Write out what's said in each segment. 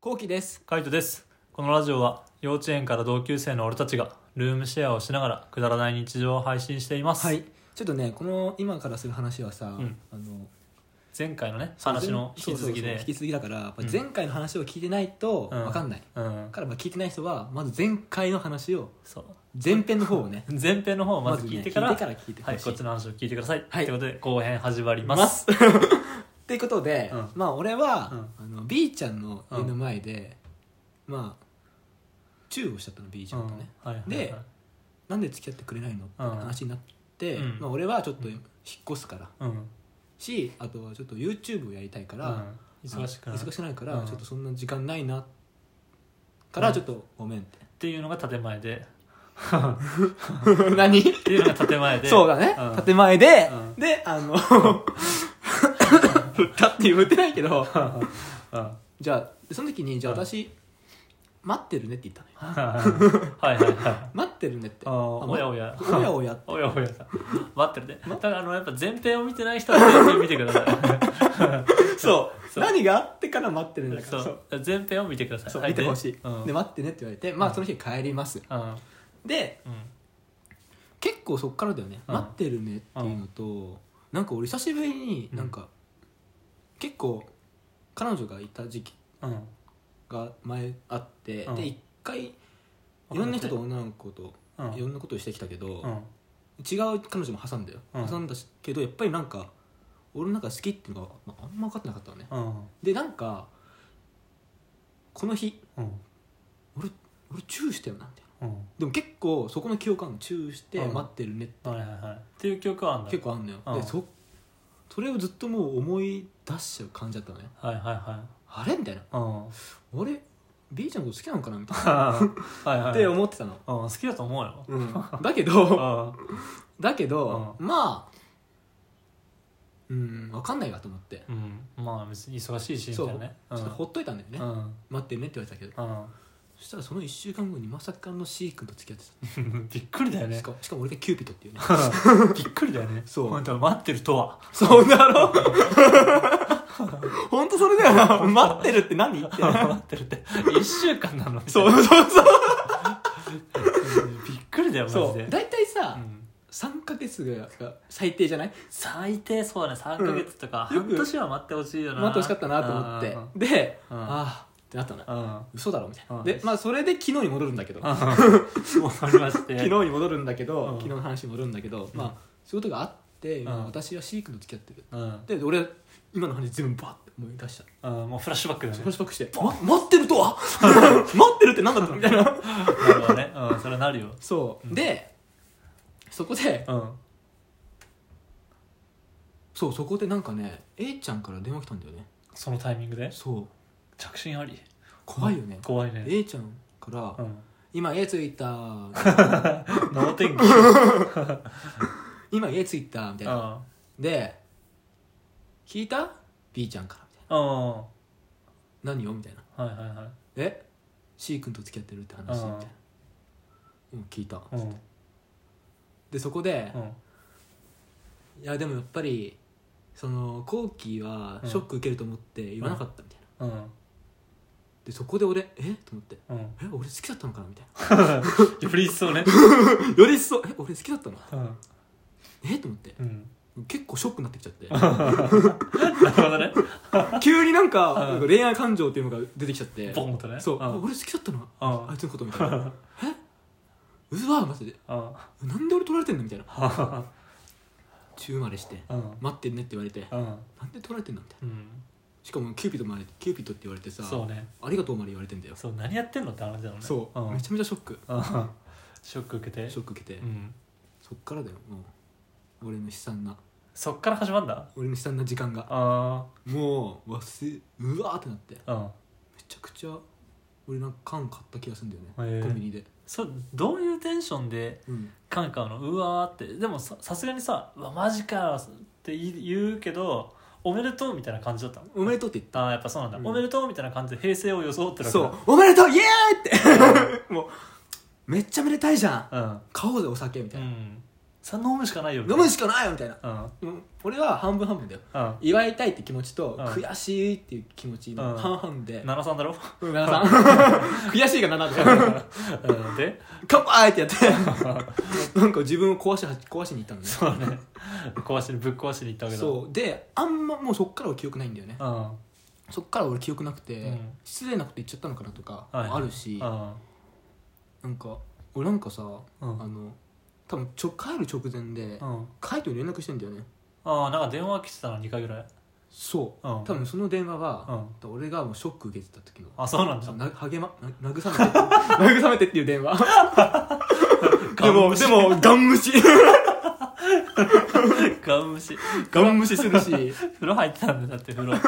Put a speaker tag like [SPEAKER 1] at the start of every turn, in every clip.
[SPEAKER 1] こうきです。
[SPEAKER 2] カイトですこのラジオは幼稚園から同級生の俺たちがルームシェアをしながらくだらない日常を配信しています、
[SPEAKER 1] はい。ちょっとね、この今からする話はさ、
[SPEAKER 2] ん
[SPEAKER 1] あの
[SPEAKER 2] 前回のね話の引き続き
[SPEAKER 1] そうそうそう
[SPEAKER 2] で
[SPEAKER 1] 引き続きだから、やっぱ
[SPEAKER 2] うん
[SPEAKER 1] 前回の話を聞いてないと
[SPEAKER 2] うん
[SPEAKER 1] わかんない。
[SPEAKER 2] うん
[SPEAKER 1] だからまあ聞いてない人はまず前回の話を
[SPEAKER 2] そう、
[SPEAKER 1] 前編の方をね
[SPEAKER 2] 前編の方を まず聞いてから,、
[SPEAKER 1] まずね聞いてから聞いてほしい
[SPEAKER 2] はい、こっちの話を聞いてください、
[SPEAKER 1] はい
[SPEAKER 2] ということで後編始まり
[SPEAKER 1] い
[SPEAKER 2] ます
[SPEAKER 1] ます。ということで、
[SPEAKER 2] うん
[SPEAKER 1] まあ俺は、あの B ちゃんの家の前で、まあチューをしちゃったの B ち
[SPEAKER 2] う
[SPEAKER 1] ゃ
[SPEAKER 2] ん
[SPEAKER 1] んとね。
[SPEAKER 2] はいはいはい
[SPEAKER 1] でなんで付き合ってくれないのって話になって、
[SPEAKER 2] うん
[SPEAKER 1] まあ俺はちょっと引っ越すから
[SPEAKER 2] うん、
[SPEAKER 1] し、あとはちょっと YouTube をやりたいから。
[SPEAKER 2] うん忙しくなる
[SPEAKER 1] 忙しくないから、
[SPEAKER 2] うん
[SPEAKER 1] ちょっとそんな時間ないなからちょっとごめんって、
[SPEAKER 2] っていうのが建前で
[SPEAKER 1] 何
[SPEAKER 2] っていうのが建前で
[SPEAKER 1] そうだね、
[SPEAKER 2] うん
[SPEAKER 1] 建前で、
[SPEAKER 2] うん
[SPEAKER 1] であの振ったって言ってないけど
[SPEAKER 2] うん
[SPEAKER 1] じゃあその時にじゃあ
[SPEAKER 2] うん
[SPEAKER 1] 私、待ってるねって言ったのよ
[SPEAKER 2] はいはいはい
[SPEAKER 1] 待ってるねって
[SPEAKER 2] あー
[SPEAKER 1] あ
[SPEAKER 2] おやおや
[SPEAKER 1] まおやおや
[SPEAKER 2] おやおやさん待ってるねだからあのやっぱ前編を見てない人は前編見てくださ
[SPEAKER 1] そう
[SPEAKER 2] そう
[SPEAKER 1] 何があってから待ってるんだ
[SPEAKER 2] い
[SPEAKER 1] か
[SPEAKER 2] そ
[SPEAKER 1] らそうう
[SPEAKER 2] 前編を見てください
[SPEAKER 1] そう
[SPEAKER 2] は
[SPEAKER 1] 見てほしい、
[SPEAKER 2] でうん
[SPEAKER 1] で待ってねって言われてまあその日帰ります、
[SPEAKER 2] うん
[SPEAKER 1] で
[SPEAKER 2] う
[SPEAKER 1] 結構そっからだよね、
[SPEAKER 2] うん
[SPEAKER 1] 待ってるねっていうのと、なんか俺久しぶりになんか、結構彼女がいた時期
[SPEAKER 2] んうん
[SPEAKER 1] が前あって、
[SPEAKER 2] うん
[SPEAKER 1] で一回い
[SPEAKER 2] あ
[SPEAKER 1] ろんな人と女の子と
[SPEAKER 2] うん
[SPEAKER 1] いろんなことをしてきたけど、
[SPEAKER 2] う
[SPEAKER 1] 違
[SPEAKER 2] ん
[SPEAKER 1] う彼女も挟んだよ、
[SPEAKER 2] うん
[SPEAKER 1] 挟んだしけどやっぱりなんか俺の中好きっていうのが、まあ、あんま分かってなかったのね
[SPEAKER 2] うん
[SPEAKER 1] でなんかこの日
[SPEAKER 2] うん
[SPEAKER 1] 俺俺チューしたよなみたいな
[SPEAKER 2] うん
[SPEAKER 1] でも結構そこの記憶あんのチューして
[SPEAKER 2] うん
[SPEAKER 1] 待ってるねって
[SPEAKER 2] はいはいはいっていう記憶はあんだ
[SPEAKER 1] 結構あんのよ、
[SPEAKER 2] うん
[SPEAKER 1] でそそれをずっともう思い出しちゃう感じだったのね
[SPEAKER 2] はいはいは
[SPEAKER 1] あれみたいない
[SPEAKER 2] うん
[SPEAKER 1] 俺 B ちゃんのこと好きなのかなみたい
[SPEAKER 2] はいはい
[SPEAKER 1] な
[SPEAKER 2] は
[SPEAKER 1] っ
[SPEAKER 2] い
[SPEAKER 1] て
[SPEAKER 2] うん
[SPEAKER 1] 思ってたの、
[SPEAKER 2] 好きだと思うよ
[SPEAKER 1] うん、 だけ ど
[SPEAKER 2] う
[SPEAKER 1] だけど、まあうん分かんないわと思って、
[SPEAKER 2] んうんまあ別に忙しいしみ
[SPEAKER 1] そ
[SPEAKER 2] た
[SPEAKER 1] うち
[SPEAKER 2] いな
[SPEAKER 1] ょ
[SPEAKER 2] ね
[SPEAKER 1] っと
[SPEAKER 2] うん
[SPEAKER 1] ほっといたんだよね、
[SPEAKER 2] うん
[SPEAKER 1] 待ってねって言われてたけどそしたらその1週間後にまさかの C 君と付き合って
[SPEAKER 2] うんびっくりだよ
[SPEAKER 1] た、
[SPEAKER 2] ね
[SPEAKER 1] しかもしかも俺がキューピッドっていうね
[SPEAKER 2] びっくりだよね
[SPEAKER 1] そう
[SPEAKER 2] 本当待ってるとは
[SPEAKER 1] そうだ ろ本当それだよな待ってるって 何って
[SPEAKER 2] 待ってるって1週間なのみたい
[SPEAKER 1] そ
[SPEAKER 2] な
[SPEAKER 1] うそうそう
[SPEAKER 2] びっくりだよマ
[SPEAKER 1] そ
[SPEAKER 2] ジ
[SPEAKER 1] う
[SPEAKER 2] で
[SPEAKER 1] 大体さ、
[SPEAKER 2] うん
[SPEAKER 1] 3か月が最低じゃない
[SPEAKER 2] 最低そうだね3か月とか
[SPEAKER 1] うんよく
[SPEAKER 2] 半年は待ってほしいよな
[SPEAKER 1] 待ってほしかったなと思ってで、
[SPEAKER 2] うん
[SPEAKER 1] ああってなったの
[SPEAKER 2] うん
[SPEAKER 1] 嘘だろみたいな、
[SPEAKER 2] うん
[SPEAKER 1] でまあそれで昨日に戻るんだけど、昨
[SPEAKER 2] うんわかりま して
[SPEAKER 1] 日に戻るんだけど、
[SPEAKER 2] うん
[SPEAKER 1] 昨日の話に戻るんだけど、
[SPEAKER 2] ん
[SPEAKER 1] まあ仕事があって、
[SPEAKER 2] ん
[SPEAKER 1] まあ私は飼育の付き合ってる
[SPEAKER 2] うん
[SPEAKER 1] でで俺今の話全部バッて思い出した
[SPEAKER 2] うんもうフラッシュバックだ
[SPEAKER 1] フ
[SPEAKER 2] ね
[SPEAKER 1] ラッシュバックして「ま待ってるとは 待ってるって何だったの?」みたいな
[SPEAKER 2] なるほどね うんそれはなるよ
[SPEAKER 1] そう、
[SPEAKER 2] うん
[SPEAKER 1] でそこで
[SPEAKER 2] うん
[SPEAKER 1] そうそこでなんかね A ちゃんから電話来たんだよね
[SPEAKER 2] そのタイミングで
[SPEAKER 1] そう
[SPEAKER 2] 着信あり
[SPEAKER 1] 怖いよね、
[SPEAKER 2] 怖いね
[SPEAKER 1] A ちゃんから
[SPEAKER 2] うん
[SPEAKER 1] 今家着いた
[SPEAKER 2] 脳天気
[SPEAKER 1] 今家着いたみたいうなんで聞いた ?B ちゃんからみたい
[SPEAKER 2] うんは
[SPEAKER 1] な何よみたいない
[SPEAKER 2] はいは
[SPEAKER 1] え C 君と付き合ってるって話みたい
[SPEAKER 2] うん
[SPEAKER 1] なうん聞いた
[SPEAKER 2] いうん
[SPEAKER 1] でそこで
[SPEAKER 2] うん
[SPEAKER 1] いやでもやっぱりその後期はショック受けると思って言わなかったみたいな
[SPEAKER 2] うん
[SPEAKER 1] でそこで俺えと思って
[SPEAKER 2] うん
[SPEAKER 1] え俺好きだったのかなみたい
[SPEAKER 2] より一層
[SPEAKER 1] な
[SPEAKER 2] ね
[SPEAKER 1] より一層え俺好きだったの
[SPEAKER 2] うん
[SPEAKER 1] えと思って
[SPEAKER 2] うん
[SPEAKER 1] 結構ショックになってきちゃって
[SPEAKER 2] なるほどね
[SPEAKER 1] 急になんか
[SPEAKER 2] うん
[SPEAKER 1] なんか恋愛感情っていうのが出てきちゃって
[SPEAKER 2] ボンとね
[SPEAKER 1] そう
[SPEAKER 2] うん
[SPEAKER 1] 俺好きだったの
[SPEAKER 2] うん
[SPEAKER 1] あいつのことみたいなえうわマジで
[SPEAKER 2] うん
[SPEAKER 1] なんで俺取られてんだみたいな中生まれして
[SPEAKER 2] うん
[SPEAKER 1] 待ってんねって言われて
[SPEAKER 2] うん
[SPEAKER 1] なんで取られてんだみたいな
[SPEAKER 2] うん
[SPEAKER 1] しかもキューピッドまでキューピッドって言われてさ
[SPEAKER 2] そうね
[SPEAKER 1] ありがとうまで言われてんだよ
[SPEAKER 2] そう何やってんのって話だよね
[SPEAKER 1] そう、
[SPEAKER 2] ん
[SPEAKER 1] めちゃめちゃショック
[SPEAKER 2] うん ショック受けて
[SPEAKER 1] ショック受けて、
[SPEAKER 2] うん
[SPEAKER 1] そっからだよもう俺の悲惨な
[SPEAKER 2] そっから始まんだ
[SPEAKER 1] 俺の悲惨な時間が
[SPEAKER 2] あ
[SPEAKER 1] もう忘れうわーってなってめ
[SPEAKER 2] あうん
[SPEAKER 1] ちゃくちゃ俺なんか缶買った気がするんだよね、
[SPEAKER 2] へー
[SPEAKER 1] コンビニで
[SPEAKER 2] そうどういうテンションで
[SPEAKER 1] うん
[SPEAKER 2] カンカンのうわーってでもささすがにさ「うわマジか」って言うけど「おめでとう」みたいな感じだったの
[SPEAKER 1] おめでとうって言った
[SPEAKER 2] ああやっぱそうなんだ、
[SPEAKER 1] うん
[SPEAKER 2] おめでとうみたいな感じで平成を装ってるわけ
[SPEAKER 1] そうおめでとうイエ ーイってもうめっちゃめでたいじゃん
[SPEAKER 2] だうん
[SPEAKER 1] 買おうぜお酒みた
[SPEAKER 2] う
[SPEAKER 1] いな、
[SPEAKER 2] んさ飲むしかないよみた
[SPEAKER 1] 飲
[SPEAKER 2] いな
[SPEAKER 1] むしかないよみたいな
[SPEAKER 2] うん
[SPEAKER 1] うん俺は半分半分だよ
[SPEAKER 2] うん
[SPEAKER 1] 祝いたいって気持ちと
[SPEAKER 2] うん
[SPEAKER 1] 悔しいっていう気持ちの
[SPEAKER 2] うん
[SPEAKER 1] 半々で、
[SPEAKER 2] 七三だ ろ
[SPEAKER 1] うん、7さん悔しいが7だよ
[SPEAKER 2] うんで
[SPEAKER 1] 乾杯ってやってなんか自分を壊しは壊しに行ったんだね
[SPEAKER 2] そうだね壊しにぶっ壊しに行ったわけだ
[SPEAKER 1] そうであんまもうそっからは記憶ないんだよね
[SPEAKER 2] うん
[SPEAKER 1] そっから俺記憶なくて、
[SPEAKER 2] うん
[SPEAKER 1] 失礼なこと言っちゃったのかなとか
[SPEAKER 2] はい
[SPEAKER 1] もあるし、
[SPEAKER 2] うん
[SPEAKER 1] なんか俺なんかさ、
[SPEAKER 2] うん
[SPEAKER 1] あの多分ちょ帰る直前で、
[SPEAKER 2] うん
[SPEAKER 1] カイトに連絡してんだよね
[SPEAKER 2] ああなんか電話来てたの2回ぐらい
[SPEAKER 1] そう、
[SPEAKER 2] うん
[SPEAKER 1] 多分その電話
[SPEAKER 2] う
[SPEAKER 1] は、
[SPEAKER 2] ん
[SPEAKER 1] 俺がもうショック受けてた時の
[SPEAKER 2] あそうなんだ
[SPEAKER 1] な励まな慰めて 慰めてっていう電 話でもでもガン無視
[SPEAKER 2] ガン無視
[SPEAKER 1] ガン無視するし
[SPEAKER 2] 風呂入ってたんだだって風 呂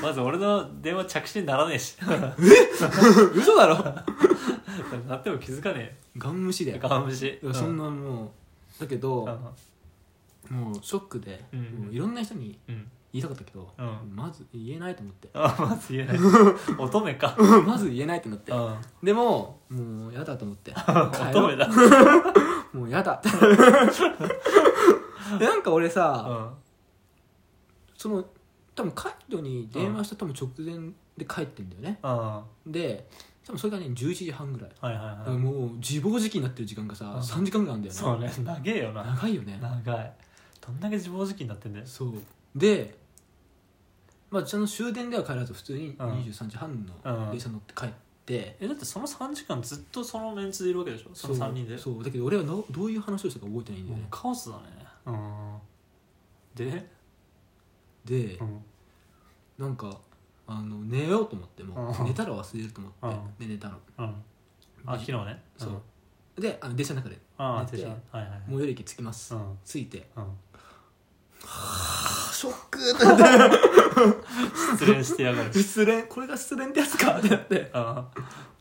[SPEAKER 2] まず俺の電話着信ならねえし
[SPEAKER 1] 嘘だろ
[SPEAKER 2] なっても気づかね
[SPEAKER 1] ガン無視だ
[SPEAKER 2] え
[SPEAKER 1] よ
[SPEAKER 2] ガン無視
[SPEAKER 1] そん
[SPEAKER 2] な
[SPEAKER 1] なもうだけど、
[SPEAKER 2] う
[SPEAKER 1] もうショックで、
[SPEAKER 2] うん
[SPEAKER 1] もういろんな人に
[SPEAKER 2] んうん
[SPEAKER 1] 言いたかったけど、
[SPEAKER 2] うん
[SPEAKER 1] まず言えないと思 って
[SPEAKER 2] あまず言え ない乙女か
[SPEAKER 1] まず言えないってなって
[SPEAKER 2] うん乙
[SPEAKER 1] でももうやだと思 って帰ろう
[SPEAKER 2] 女だ
[SPEAKER 1] もうや だでなんか俺さ、
[SPEAKER 2] うん
[SPEAKER 1] その多分カイトに電話した多分直前で帰ってんだよね、
[SPEAKER 2] うんは
[SPEAKER 1] で多分それがね11時半ぐらい、
[SPEAKER 2] いはい
[SPEAKER 1] だから
[SPEAKER 2] は
[SPEAKER 1] もう自暴自棄になってる時間がさ、
[SPEAKER 2] うん
[SPEAKER 1] 3時間ぐらいあるんだ
[SPEAKER 2] い
[SPEAKER 1] よね
[SPEAKER 2] そうね長えよな
[SPEAKER 1] 長いよね
[SPEAKER 2] 長いどんだけ自暴自棄になってんだよ
[SPEAKER 1] そうでまあその終電では帰らず普通に
[SPEAKER 2] うん
[SPEAKER 1] 23時半
[SPEAKER 2] うん
[SPEAKER 1] の電車乗って帰って、
[SPEAKER 2] えだってその3時間ずっとそのメンツでいるわけでしょその3人で
[SPEAKER 1] そうそうだけど俺はのどういう話をしたか覚えてないんだ
[SPEAKER 2] も
[SPEAKER 1] よ
[SPEAKER 2] う
[SPEAKER 1] ね、
[SPEAKER 2] カオスだねうんで
[SPEAKER 1] で
[SPEAKER 2] うん
[SPEAKER 1] なんかあの寝ようと思っても
[SPEAKER 2] う
[SPEAKER 1] うん寝たら忘れると思って、で寝たの
[SPEAKER 2] うんあ昨日ね
[SPEAKER 1] そうんであの電車の中で
[SPEAKER 2] ああ
[SPEAKER 1] 寝て
[SPEAKER 2] 手品はいはいはい
[SPEAKER 1] 最寄り駅着きます、
[SPEAKER 2] うんうん
[SPEAKER 1] 着いて
[SPEAKER 2] うん
[SPEAKER 1] ショック って
[SPEAKER 2] 失恋してやがる
[SPEAKER 1] 失恋これが失恋ってやつかってなって
[SPEAKER 2] あ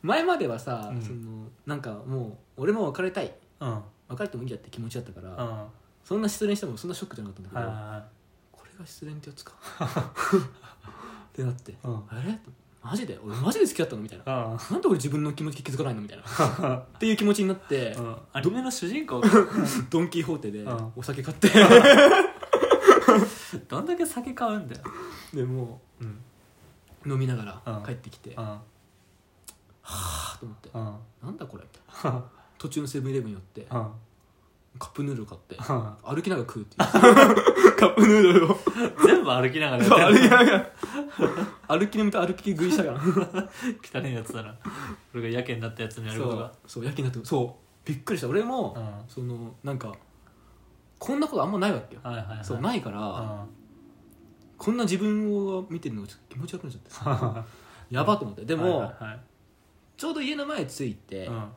[SPEAKER 1] 前まではさ、
[SPEAKER 2] うん
[SPEAKER 1] そのなんかもう俺も別れたい
[SPEAKER 2] あうん
[SPEAKER 1] 別れてもいいやって気持ちだったから、
[SPEAKER 2] うんは
[SPEAKER 1] そんな失恋してもそんなショックじゃなかったん
[SPEAKER 2] い
[SPEAKER 1] だ
[SPEAKER 2] は
[SPEAKER 1] け
[SPEAKER 2] い
[SPEAKER 1] ど、
[SPEAKER 2] は
[SPEAKER 1] これが失恋ってやつかってなって、
[SPEAKER 2] うん
[SPEAKER 1] あれマジで俺マジで好きだったのみたいない
[SPEAKER 2] うん
[SPEAKER 1] なんで俺自分の気持ち気づかないのみたいなっていう気持ちになって、
[SPEAKER 2] うんアニメの主人公
[SPEAKER 1] ドン・キホーテで
[SPEAKER 2] うん
[SPEAKER 1] お酒買 って、
[SPEAKER 2] どんだけ酒買うんだよ
[SPEAKER 1] でも
[SPEAKER 2] うん
[SPEAKER 1] う飲みなが
[SPEAKER 2] う
[SPEAKER 1] ら
[SPEAKER 2] ん
[SPEAKER 1] 帰ってきて、
[SPEAKER 2] う
[SPEAKER 1] は
[SPEAKER 2] ん
[SPEAKER 1] あと思って、
[SPEAKER 2] うん
[SPEAKER 1] なんだこれみたいな途中のセブンイレブン寄って、
[SPEAKER 2] うん
[SPEAKER 1] カップヌードル買って
[SPEAKER 2] うん
[SPEAKER 1] 歩きながら食うっていうカップヌードルを
[SPEAKER 2] 全部歩きながらやっ
[SPEAKER 1] 歩き
[SPEAKER 2] て る
[SPEAKER 1] ながら歩き飲みと歩き食いしたから
[SPEAKER 2] 汚いやつ だな俺がやけになったやつにやる
[SPEAKER 1] そ
[SPEAKER 2] こと
[SPEAKER 1] う
[SPEAKER 2] が
[SPEAKER 1] そうやけになってそうびっくりした俺も、
[SPEAKER 2] うんは
[SPEAKER 1] そのなんかこんなことあんまないわけよ
[SPEAKER 2] いはいはい
[SPEAKER 1] そう
[SPEAKER 2] い
[SPEAKER 1] ないから、こんな自分を見てるのがちょっと気持ち悪くなっちゃってやばと思ってで
[SPEAKER 2] で
[SPEAKER 1] も、
[SPEAKER 2] はいはいはい
[SPEAKER 1] ちょうど家の前着いて、
[SPEAKER 2] うん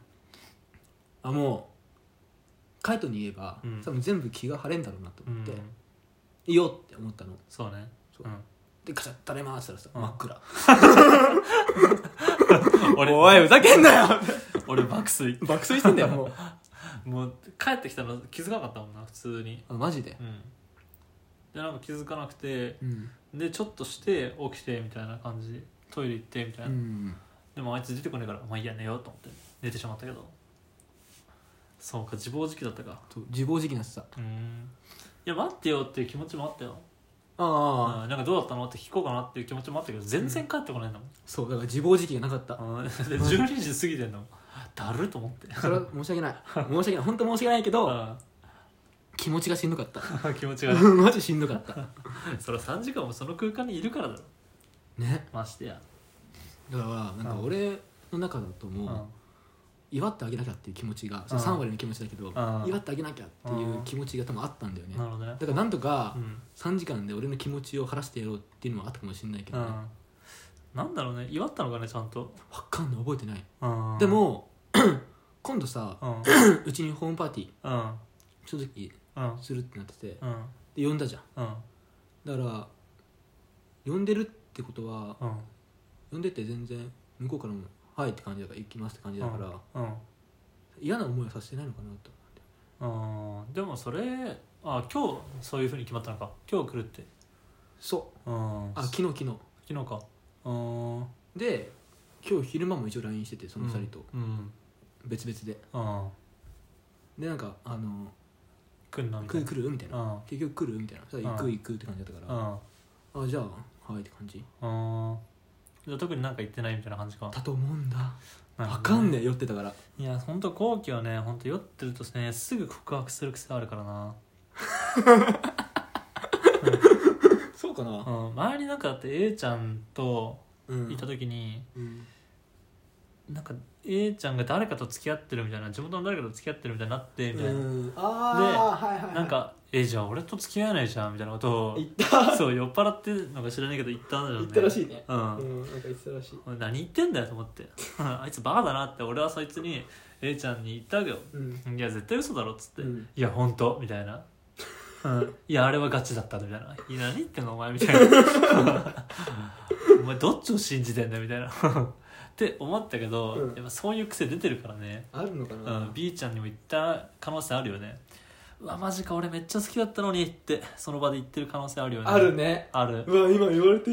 [SPEAKER 1] あもうカイトに言えば、
[SPEAKER 2] うん
[SPEAKER 1] 多分全部気が晴れんだろうなと
[SPEAKER 2] う
[SPEAKER 1] 思って、
[SPEAKER 2] ん
[SPEAKER 1] いいよって思ったの
[SPEAKER 2] そうね
[SPEAKER 1] そう
[SPEAKER 2] うん
[SPEAKER 1] でガチャッ垂れ回したらさ、
[SPEAKER 2] うん
[SPEAKER 1] 真っ暗
[SPEAKER 2] 俺
[SPEAKER 1] おいふざけんなよ
[SPEAKER 2] 俺爆睡
[SPEAKER 1] 爆睡してんだよもう
[SPEAKER 2] もう帰ってきたの気づかなかったもんな普通に
[SPEAKER 1] あマジで
[SPEAKER 2] うんでなんか気づかなくて
[SPEAKER 1] うん、
[SPEAKER 2] でちょっとして起きてみたいな感じトイレ行ってみたいな、でもあいつ出てこねえからまあいいや寝ようと思って寝てしまったけどそうか自暴自棄だったか
[SPEAKER 1] そう自暴自棄なってさ
[SPEAKER 2] うんいや待ってよっていう気持ちもあったよ、
[SPEAKER 1] ああ、
[SPEAKER 2] うんなんかどうだったのって聞こうかなっていう気持ちもあったけど全然帰ってこないんだもん
[SPEAKER 1] そうだから自暴自棄がなかった
[SPEAKER 2] うんで12時過ぎてんのだると思って
[SPEAKER 1] それは申し 訳ない申し訳ない本当申し訳ないけど
[SPEAKER 2] う
[SPEAKER 1] 気持ちがしんどかった
[SPEAKER 2] ん 気持ちがね
[SPEAKER 1] マジしんどかった
[SPEAKER 2] それ3時間もその空間にいるからだろ
[SPEAKER 1] ね
[SPEAKER 2] ましてや
[SPEAKER 1] だからなんか俺の中だと
[SPEAKER 2] うん
[SPEAKER 1] もう祝ってあげなきゃっていう気持ちが
[SPEAKER 2] ん
[SPEAKER 1] その3割の気持ちだけど
[SPEAKER 2] ん
[SPEAKER 1] 祝ってあげなきゃっていう気持ちが多分あったんだよね
[SPEAKER 2] なるほどね
[SPEAKER 1] だからなんとか
[SPEAKER 2] うん
[SPEAKER 1] 3時間で俺の気持ちを晴らしてやろうっていうのはあったかもしれないけ
[SPEAKER 2] う
[SPEAKER 1] どね
[SPEAKER 2] んなんだろうね祝ったのかねちゃんと
[SPEAKER 1] わかんない覚えてない
[SPEAKER 2] うん
[SPEAKER 1] でも 今度さ
[SPEAKER 2] うん
[SPEAKER 1] うちにホームパーティー
[SPEAKER 2] うん
[SPEAKER 1] 正直
[SPEAKER 2] うん
[SPEAKER 1] するってなってて
[SPEAKER 2] うん
[SPEAKER 1] で呼んだじゃん
[SPEAKER 2] うん
[SPEAKER 1] だから呼んでるってことは
[SPEAKER 2] うん
[SPEAKER 1] 呼んでて全然向こうからも「はい」って感じだから「行きます」って感じだから、
[SPEAKER 2] うん
[SPEAKER 1] 嫌な思いはさせてないのかなと
[SPEAKER 2] うんでもそれあ今日そういうふうに決まったのか今日来るって
[SPEAKER 1] そう
[SPEAKER 2] うん
[SPEAKER 1] あ
[SPEAKER 2] 昨
[SPEAKER 1] 昨日昨日
[SPEAKER 2] 日かうんうん
[SPEAKER 1] で今日昼間も一応 LINE しててその2人と
[SPEAKER 2] うん
[SPEAKER 1] 別々で、
[SPEAKER 2] うん
[SPEAKER 1] でなんかあの
[SPEAKER 2] 来ん
[SPEAKER 1] 「
[SPEAKER 2] なみた
[SPEAKER 1] 来
[SPEAKER 2] い
[SPEAKER 1] る
[SPEAKER 2] な
[SPEAKER 1] 来る?」みたいな
[SPEAKER 2] うん
[SPEAKER 1] 「結局来る?」みたいなそしたら「行
[SPEAKER 2] う
[SPEAKER 1] く
[SPEAKER 2] ん
[SPEAKER 1] 行く」って感じだった
[SPEAKER 2] う
[SPEAKER 1] か
[SPEAKER 2] ん
[SPEAKER 1] ら「あじゃあはい」って感じ
[SPEAKER 2] うんじゃあ特になんか言ってないみたいな感じか
[SPEAKER 1] だと思うんだ
[SPEAKER 2] なるほど
[SPEAKER 1] わかんねえ酔ってたから
[SPEAKER 2] いやほんと後期はねほんと酔ってるとねすぐ告白する癖あるからな
[SPEAKER 1] そうかな
[SPEAKER 2] うん、周りなんかだって A ちゃんと
[SPEAKER 1] うん
[SPEAKER 2] いた時に、
[SPEAKER 1] うん
[SPEAKER 2] なんか A ちゃんが誰かと付き合ってるみたいな地元の誰かと付き合ってるみたいになってみたいな、
[SPEAKER 1] うんああはいはいはい
[SPEAKER 2] なんか「えじゃあ俺と付き合えないじゃん」みたいなことを
[SPEAKER 1] 行った
[SPEAKER 2] そう酔っ払ってるのか知らないけど言ったんだよね
[SPEAKER 1] 行ったらしいね
[SPEAKER 2] う、
[SPEAKER 1] うんんなんか行ってたらしい
[SPEAKER 2] 何言ってんだよと思って あいつバカだなって俺はそいつに A ちゃんに言ったわけよ
[SPEAKER 1] うん
[SPEAKER 2] いや絶対嘘だろっつって、
[SPEAKER 1] うん
[SPEAKER 2] いや本当みたいな、うん、いやあれはガチだったみたいないや何言ってんのお前みたいな お前どっちを信じてんだよみたいなって思ったけど、
[SPEAKER 1] うん
[SPEAKER 2] やっぱそういう癖出てるからね、
[SPEAKER 1] あるのか
[SPEAKER 2] う、
[SPEAKER 1] なん
[SPEAKER 2] B ちゃんにも言った可能性あるよねうわマジか俺めっちゃ好きだったのにってその場で言ってる可能性あるよね
[SPEAKER 1] あるね
[SPEAKER 2] ある
[SPEAKER 1] うわ今言われて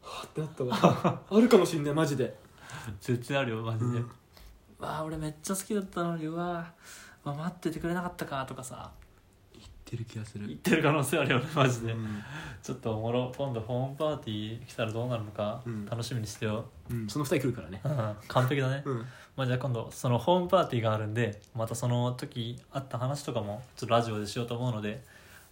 [SPEAKER 1] はあってなった わあるかもしんないマジで
[SPEAKER 2] 絶対あるよマジで、
[SPEAKER 1] うん
[SPEAKER 2] わあ俺めっちゃ好きだったのにうわあまあ待っててくれなかったかとかさ
[SPEAKER 1] 言ってる気がす
[SPEAKER 2] 言っ
[SPEAKER 1] る
[SPEAKER 2] てる可能性あるよねマジで、
[SPEAKER 1] うん
[SPEAKER 2] ちょっとおもろ今度ホームパーティー来たらどうなるのか
[SPEAKER 1] うん
[SPEAKER 2] 楽しみにしてよ、
[SPEAKER 1] うんその二人来るからね
[SPEAKER 2] うん 完璧だね、
[SPEAKER 1] うん
[SPEAKER 2] まあ、じゃあ今度そのホームパーティーがあるんでまたその時あった話とかもちょっとラジオでしようと思うので、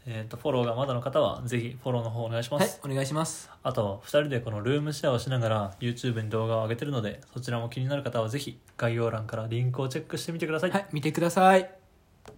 [SPEAKER 2] えー、とフォローがまだの方はぜひフォローの方お願いしま
[SPEAKER 1] はい
[SPEAKER 2] す、
[SPEAKER 1] お願いします
[SPEAKER 2] あと2人でこのルームシェアをしながら YouTube に動画を上げてるのでそちらも気になる方はぜひ概要欄からリンクをチェックしてみてください、
[SPEAKER 1] はい見てください